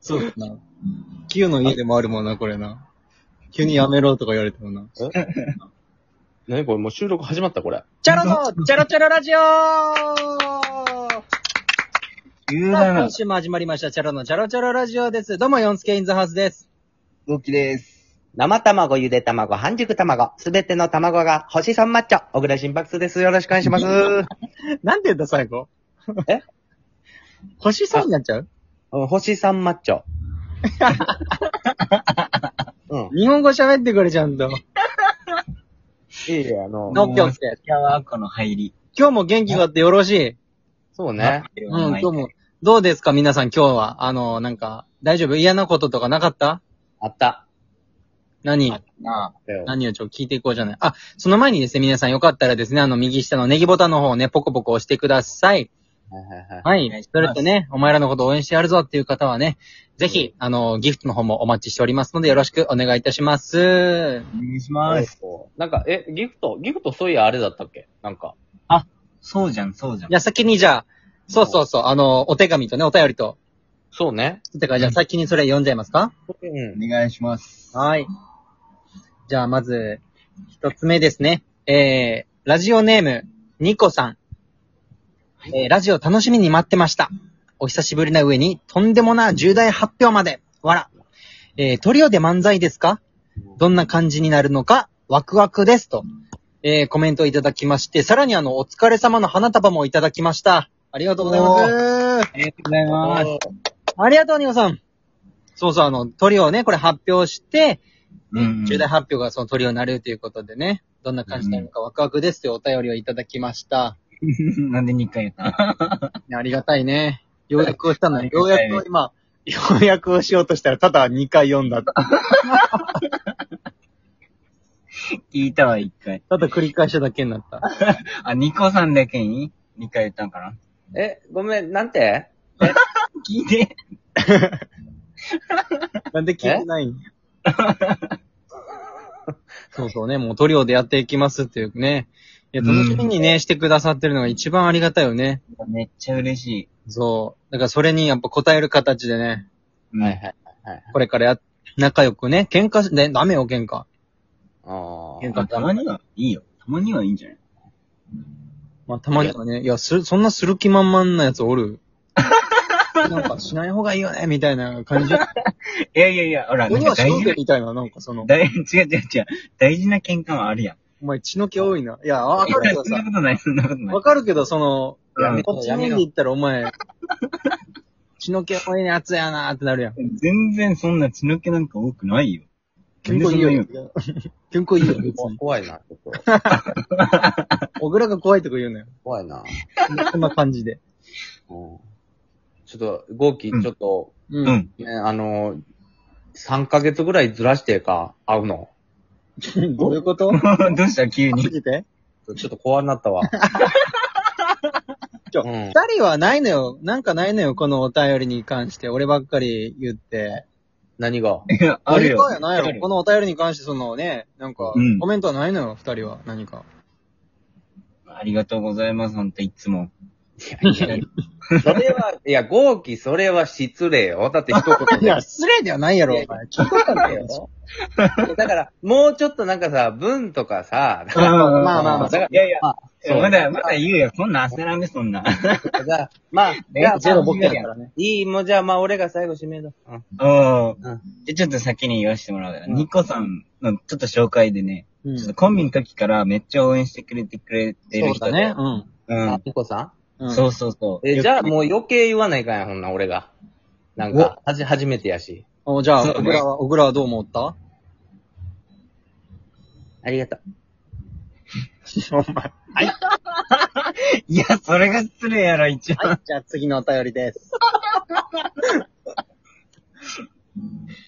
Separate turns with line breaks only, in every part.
そうだな。Q の家でもあるもんな、これな。急にやめろとか言われてもな。
何これもう収録始まったこれ。
チャロのチャロチャロラジオさ
言う
あ、
なら
今、週も始まりました。チャロのチャロチャロラジオです。どうも、ヨンスケインズハウスです。
動きです。
生卵、ゆで卵、半熟卵、すべての卵が星3マッチョ、小倉新爆です。よろしくお願いし ます。
なんて言った、最後。
え
星さんになっちゃう
うん星3マッチ ョ。うん。
日本語喋ってくれ、ちゃんと。
いえいえ、あの、
のっぴょんすけ。
今日はこの入り。
今日も元気があってよろしい。
そうね。
うん
うん、今日も。どうですか、皆さん、今日は。あの、なんか、大丈夫嫌なこととかなかった
あった。
何
な
だよ
何をちょ、聞いていこうじゃない。あ、その前にですね、皆さんよかったらですね、あの、右下のネギボタンの方をね、ポコポコ押してください。
はいはいはい。
はい
お願いし。
そ
ます
れとね、お前らのこと応援してやるぞっていう方はね、ぜひ、あの、ギフトの方もお待ちしておりますので、よろしくお願いいたします。
お願いします。
そうなんか、え、ギフト、ギフトそういやあれだったっけなんか。
そうじゃん、そうじゃん
じ。ゃあ先にじゃあ、そうそうそう、あの、お手紙とね、お便りと。
そうね。
てか、じゃあ先にそれ読んじゃいますか
うん。
お願いします。
はい。じゃあ、まず、一つ目ですね。えー、ラジオネーム、ニコさん。えー、ラジオ楽しみに待ってました。お久しぶりな上に、とんでもな重大発表まで。わら。えー、トリオで漫才ですかどんな感じになるのか、ワクワクです。と、えー、コメントいただきまして、さらにあの、お疲れ様の花束もいただきました。ありがとうございます。
ありがとうございます。
ありがとう、ニコさん。そうそう、あの、トリオをね、これ発表して、
うん
重大発表がそのトリオになるということでね、どんな感じになるのかワクワクですというお便りをいただきました。
なんで2回言ったの
いやありがたいね。ようやくをしたのに、
あり
よ
が
う
たい
やく今、ようやくをしようとしたら、ただ2回読んだ。た
聞いたわ、1回。
だ繰り返しただけになった。
あ、ニコさんだけに ?2 回言ったんかな
え、ごめん、なんて
聞いて。
なんで聞いてないんそうそうね、もうトリオでやっていきますっていうね。いや、楽しみにね、してくださってるのが一番ありがたいよね。
めっちゃ嬉しい。
そう。だからそれにやっぱ応える形でね、
うん
はいはい。
これからや、仲良くね、喧嘩し、ね、ダメよ、喧嘩。
あ
喧
ー
嘩
あたまにはいいよ。たまにはいいんじゃない
まあ、たまにはね、いや、する、そんなする気満々なやつおる。 なんか、しない方がいいよね、みたい な感じ。
いやいやいや、ほら、な
俺
んか
はし
大
と
事
け、
な
みたいな、なんかその、
大、違 う違う違う。大事な喧嘩はあるやん。
お前血の気多いな。いや、わかるけど
そんな
さ、
ことない、そ んなことない
わ。かるけど、その、
やめ
こっちの面で言ったらお前、血の気多いやつやなーってなるやん。
全然そんな血の気なんか多くないよ。
健康いいよ。
なんで
健康いいよ、別
こ
に。
怖いな、ちょっと。
小倉が怖いとか言う なよ。
怖いな。
こんな感じで。
うんちょっと、ゴーキ、ちょっと、
う
そんな言うの。
ね、あの、3ヶ月ぐらいずらしてか、会うの。
ん。 どういうこと
うん。 どうした急に
す。ぎて
ちょっと怖になった わ。
ちょ
うん、
二人はないのよ。なんかないのよ、このお便りに関して。俺ばっかり言って。
何が
いや、 あるよ。
何かやないのこのお便りに関して、そのね、なんか
うん、
コメントはないのよ、二人は。何か。
ありがとうございます、ほんと、いつも。
それは、いや、ゴーキ、それは失礼よ。だって一言
い
で。
や、失礼ではないやろ、お前。聞いとったんだよ。
だから、もうちょっとなんかさ、文とかさ、
まあ
まあまあまあ
いやいや、
そう
まだ、まだ言うよ。そんな焦らんで、そんな。
と かまあ、じゃ あ、
ゼロボケやからね。
いい、もうじゃあ、まあ、俺が最後締めだ。うん。
うん
うん。
で、ちょっと先に言わせてもらうから。
うん
ニコさんのちょっと紹介でね、
うん。
ちょっ
そ
とコンビの時からめっちゃ応援してくれてくれてる
う
人
だ
で
ね。。うん
うん
あ、。ニコさ
う
そ
ん。
うそうそ
ん
う。
え、じゃあ、もう余計言わないかんや、ほんな、俺が。なんか、はじ、初めてやし。
おじゃあ、
そう
小
ね
倉は、小倉はどう思 った
ありがとう。
いや、それが失礼やろ、一番。
はい、じゃあ次のお便りです。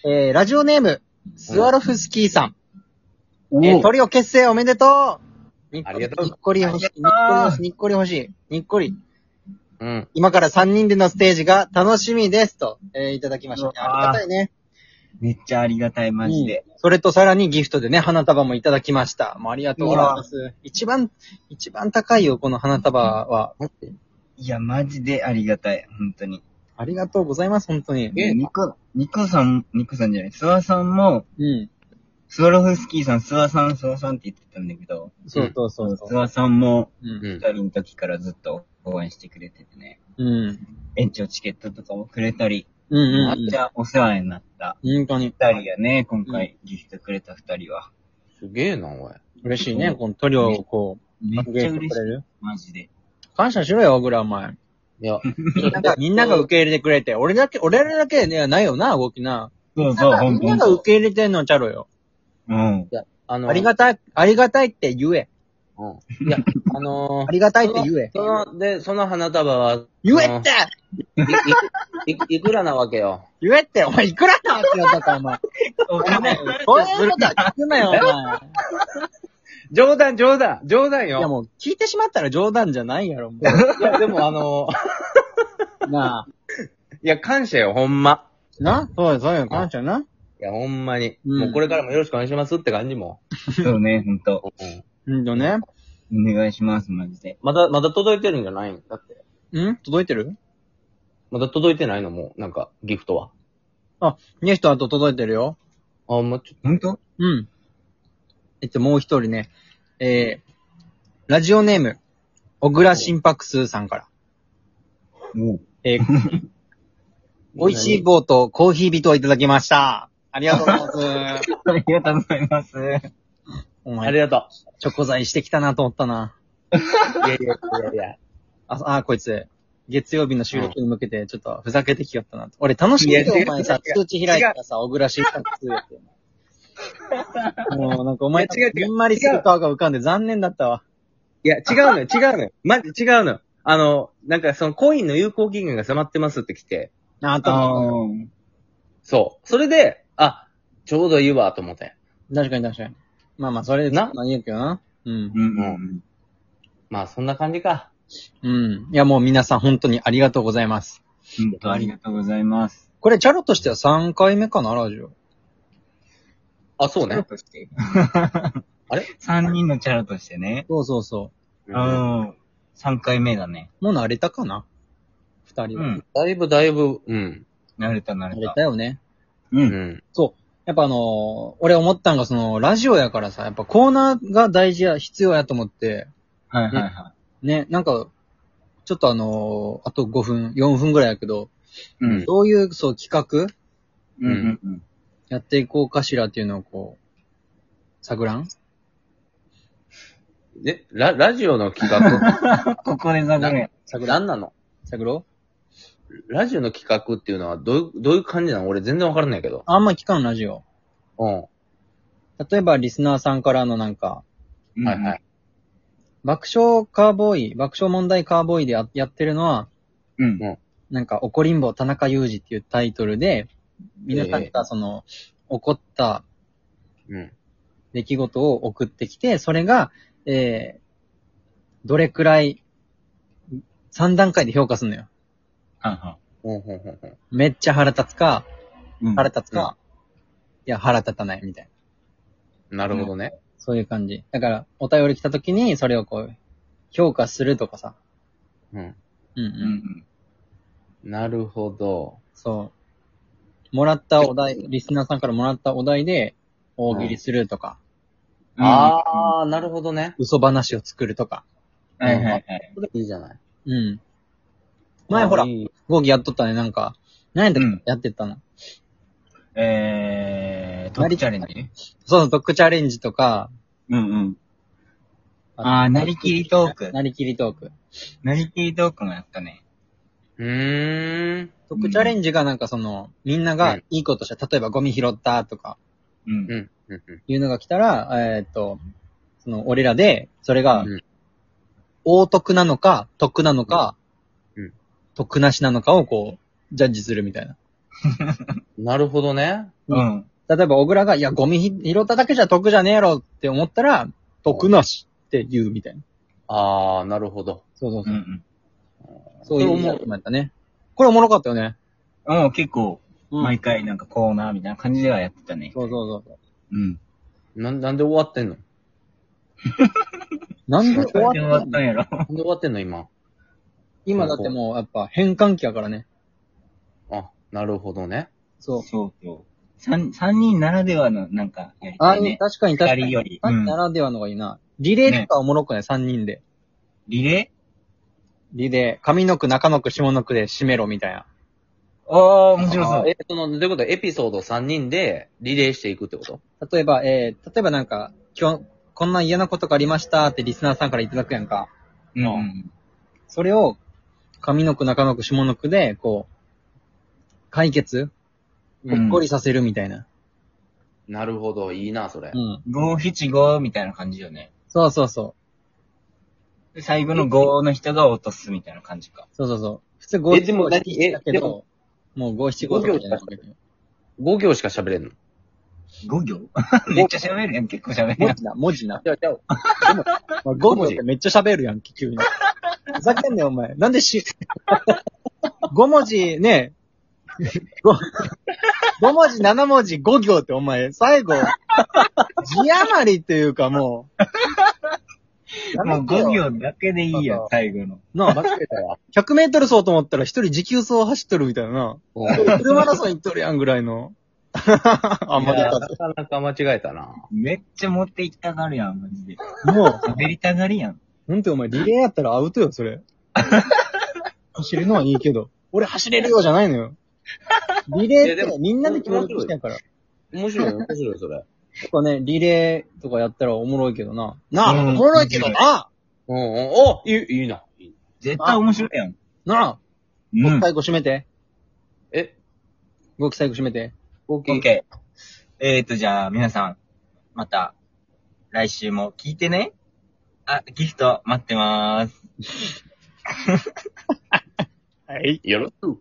えー、ラジオネーム、スワロフスキーさ
お
ん。えー、
ぉ。
トリオ結成おめでとうにっ
あ
こ
り
り
がとう
にっこり欲しい。にっこり欲しい。にっこり欲しい。にっこり。
うん。
今から3人でのステージが楽しみですと、えー、いただきましたね。
うわー
ありがたいね。
めっちゃありがたい、マジで。
それとさらにギフトでね、花束もいただきました。もうありがとうございます。一番、一番高いよ、この花束は。
待って。
いや、マジでありがたい、本当に。
ありがとうございます、本当に。
え、ニコ、ニコさん、ニコさんじゃない、諏訪さんも、
うん。
スワロフスキーさん、諏訪さん、諏訪さんって言ってたんだけど、
そうそうそうそ
諏訪さんも、
う。うん。
うん
二。人の時からずっと応援してくれててね、
うん。
延長チケットとかもくれたり、
うんうん
めっちゃお世話になった。
うん。本当に。
二人やね、今回ギフトくれた二人は。
すげえな、おい。
嬉しいね、この塗料をこう、
めっ
学
ちゃ
芸
嬉
して
し
くれ
い。
る。
マジで。
感謝しろよ、小倉、お前。
い や、
みんなが、みんなが受け入れてくれて、俺だけ、俺らだけではないよな、動きな。
そうそう、
み
本
んなが
当に
受。け入れてんのちゃろよ。
うん。
あの、
ありがたい、ありがたいって言え。
うん。いや、あの
ありがたいって言え。
その、で、その花束は、
言えって
い、い、いくらなわけよ。
言えって、お前いくらなわけよ、とか、お前。
お金、
そう いうことは聞くなよ、お前。
冗談、冗談、冗談
いや
よ。
もう、聞いてしまったら冗談じゃないやろ、も
いや、でもあの、
う。なあ。
いや、感謝よ、ほんま。
なそうよ、そうよ、感謝な。
いや、ほんまに。
うん
もうこれからもよろしくお願いしますって感じも。
そうね、本当。
うん
うんとね。
お願いします、マジで。
まだ、まだ届いてるんじゃないんだって。
ん届いてる
まだ届いてないのもう、なんか、ギフトは。
ゲストあと届いてるよ。
あ、もうちょっ
本当
うん。えっと、もう一人ね。えー、ラジオネーム、小倉心拍数さんから。
おう
えー、 美
と。
味しい棒とコーヒービトをいただきました。ありがとうござい ます。
ありがとうございます。
お
あ
前、
りがと
チョコ材してきたなと思ったな。
う。いやいやいやいや。
あ、あ、こいつ、月曜日の収録に向けて、ちょっとふざけてきよったなと。俺楽しみ
いや
で、お
違う
前さ、
違
通
う
知開いたらさ、小倉心拍数 やって。もうなんかお前
いや違う、違う
あんまりする顔が浮かんで残念だったわ。
いや、違うのよ、違うのよ。マジ違うのよ。あの、なんかそのコインの有効期限が迫ってますって来て。
あ、あと
あ
も、
ー
そう。それで、あ、ちょうどいいわ、と思って。
確かに確かに。まあまあ、それで
な
まあ言うけどな。うん。
うんうん。
まあ、そんな感じか。
うん。いや、もう皆さん本当にありがとうございます。
本当ありがとうございます。
これ、チャロとしては3回目かな、ラジオ。
あ、そうね。
として。
あれ
三人のチャラとしてね。
そうそうそ
うん。三回目だね。
う。もう慣れたかな二人
う
は。
ん。
だいぶ、だいぶ、うん。
慣れた慣
慣
れ
れ
た。
たよね。
う。
うんん。
やっぱあのー俺思ったんが、その、ラジオやからさ、やっぱコーナーが大事や、必要やと思って、
はいはいは
ね、なんか、ちょっとあのーあと5分、4分ぐらいやけど、
い。うん。
どういう、そう、企画
うんうんうん。
やっていこうかしらっていうのをこう、探らん
え、ラ、ラジオの企 画、
ここで探れ。。
探らん
何なの
探ろう
ラジオの企画っていうのはどういう、どういう感じなの俺全然わからないけど。
あんま聞かん、ラジオ。
うん。は
例えば、リスナーさんからのなんか、
いはいい。
爆笑カーボーイ、爆笑問題カーボーイでややってるのは、
うん。
なんか、怒りんぼ田中裕二っていうタイトルで、皆さんがその、怒った
うん。
出来事を送ってきて、それが、えー、どれくらい、3段階で評価するのよ。
はいは
ほんほんほんほん。
めっちゃ腹立つか、
い。うん
腹立つか、いや、腹立たないみたいな。
なるほどね。
そういう感じ。だから、お便り来た時に、それをこう、評価するとかさ。
うん。
うんう。
うんん
なるほど。
そう。もらったお題、リスナーさんからもらったお題で、大喜利するとか、
うん。
あー、なるほどね。
嘘話を作るとか。
あ。はいはいはい。
それいいじゃない。
うん。前ほら
あ、いい
講義やっとったね、なんか。何やったっけ
うん
やってったの。
えー、トップチャレンジ
そうそう、ドッグチャレンジとか、
うんうん。あー、なりきりトーク。
なりきりトーク。
なりきりトークもやったね。
うーん。
ドッグチャレンジがなんかその、みんながいいことした、例えばゴミ拾ったとか、
うん
う。ん。うんうん
いうのが来たら、えーっと、その、俺らで、それが
うん、
大得なのか、得なのか、
うんうん
得なしなのかをこう、ジャッジするみたいな。
なるほどね。
うん。
例えば、小倉が、いや、ゴミひ拾っただけじゃ得じゃねえやろって思ったら、得なしって言うみたいな。
あー、なるほど。
そうそう
う
そう。
ん
そういう
それ
も
おも
やったね。これおもろかったよね。
うん。もう結構、
うん
毎回なんかコーナーみたいな感じではやってたね。
そうそうそう。
うん。
なん、なんで終わってんの
なんで終わっ
終わ
た
ったんやろ。
なんで終わってんの今。
今だってもう、やっぱ変換期やからね。
なるほどね。
そう。
そうそう。三、三人ならではの、なんか、やり
あ
たいね。
確かに確か
二人
に。
より。う
あ
ん
ならではのがいいな。リレーとかおもろくない、?3 人で。
リレ
リレー、上の句、中の句、下の句で締めろみたいな。
ーああ、面白そ
あ
う。
え、その、どういうことエピソード3人でリレーしていくってこと
例えば、えー、例えばなんか、今日、こんな嫌なことがありましたってリスナーさんからいただくやんか。
うんうん。
それを、上の句、中の句、下の句で、こう、解決ほっこりさせるみたいな。
なるほど、いいな、それ
う。ん。
五七五みたいな感じよね。
そうそうそ
で最後の五の人が落とすみたいな感じか。
う。そうそうそう。普通
え
5
でも何え
だけ
で
ど
も、
もう5、7、5とかじゃない
5行しか喋れんの。
五行 めっちゃ喋るやん、結構喋る
文
やん。
字な、文字な。
じゃあ、じゃ あ、
まあ、
五
5
文
文
字
字めっちゃ喋るやんけ、 急に。ふざけんなよ、お前。なんでし、5文字ね、5, 5文字、7文字、5行ってお前、最後、字余りっていうかもう、
もう五
や
行だけでいいやん、最後の。
めてよ。なあ
間違えたわ。
100メートル走と思ったら一人持久走走っとるみたいな。 フルマラソン行っとるやんぐらいの。あんま
い
り
や
か
なかなか間違えたな。
めっちゃ持っていきたがるやん、マジで。
もう、
喋りたがりやん。
ほんとお前リレーやったらアウトよ、それ。走るのはいいけど。俺走れるよじゃないのよ。リレー
いや
っ
でも
てみんなで協力してんから。
面白い、面白い、それ。
やっぱね、リレーとかやったらおもろいけどな。なあ、
うん
おもろいけどな
うんうん、おいい、いいな。いい
絶対面白いやん。
なあ、
うん。
最後締めて。
え、
動き最後締めて。
合計。
OK。えーと、じゃあ、皆さん、また、来週も聞いてね。あ、ギフト待ってまーす。
はい。
よろしく。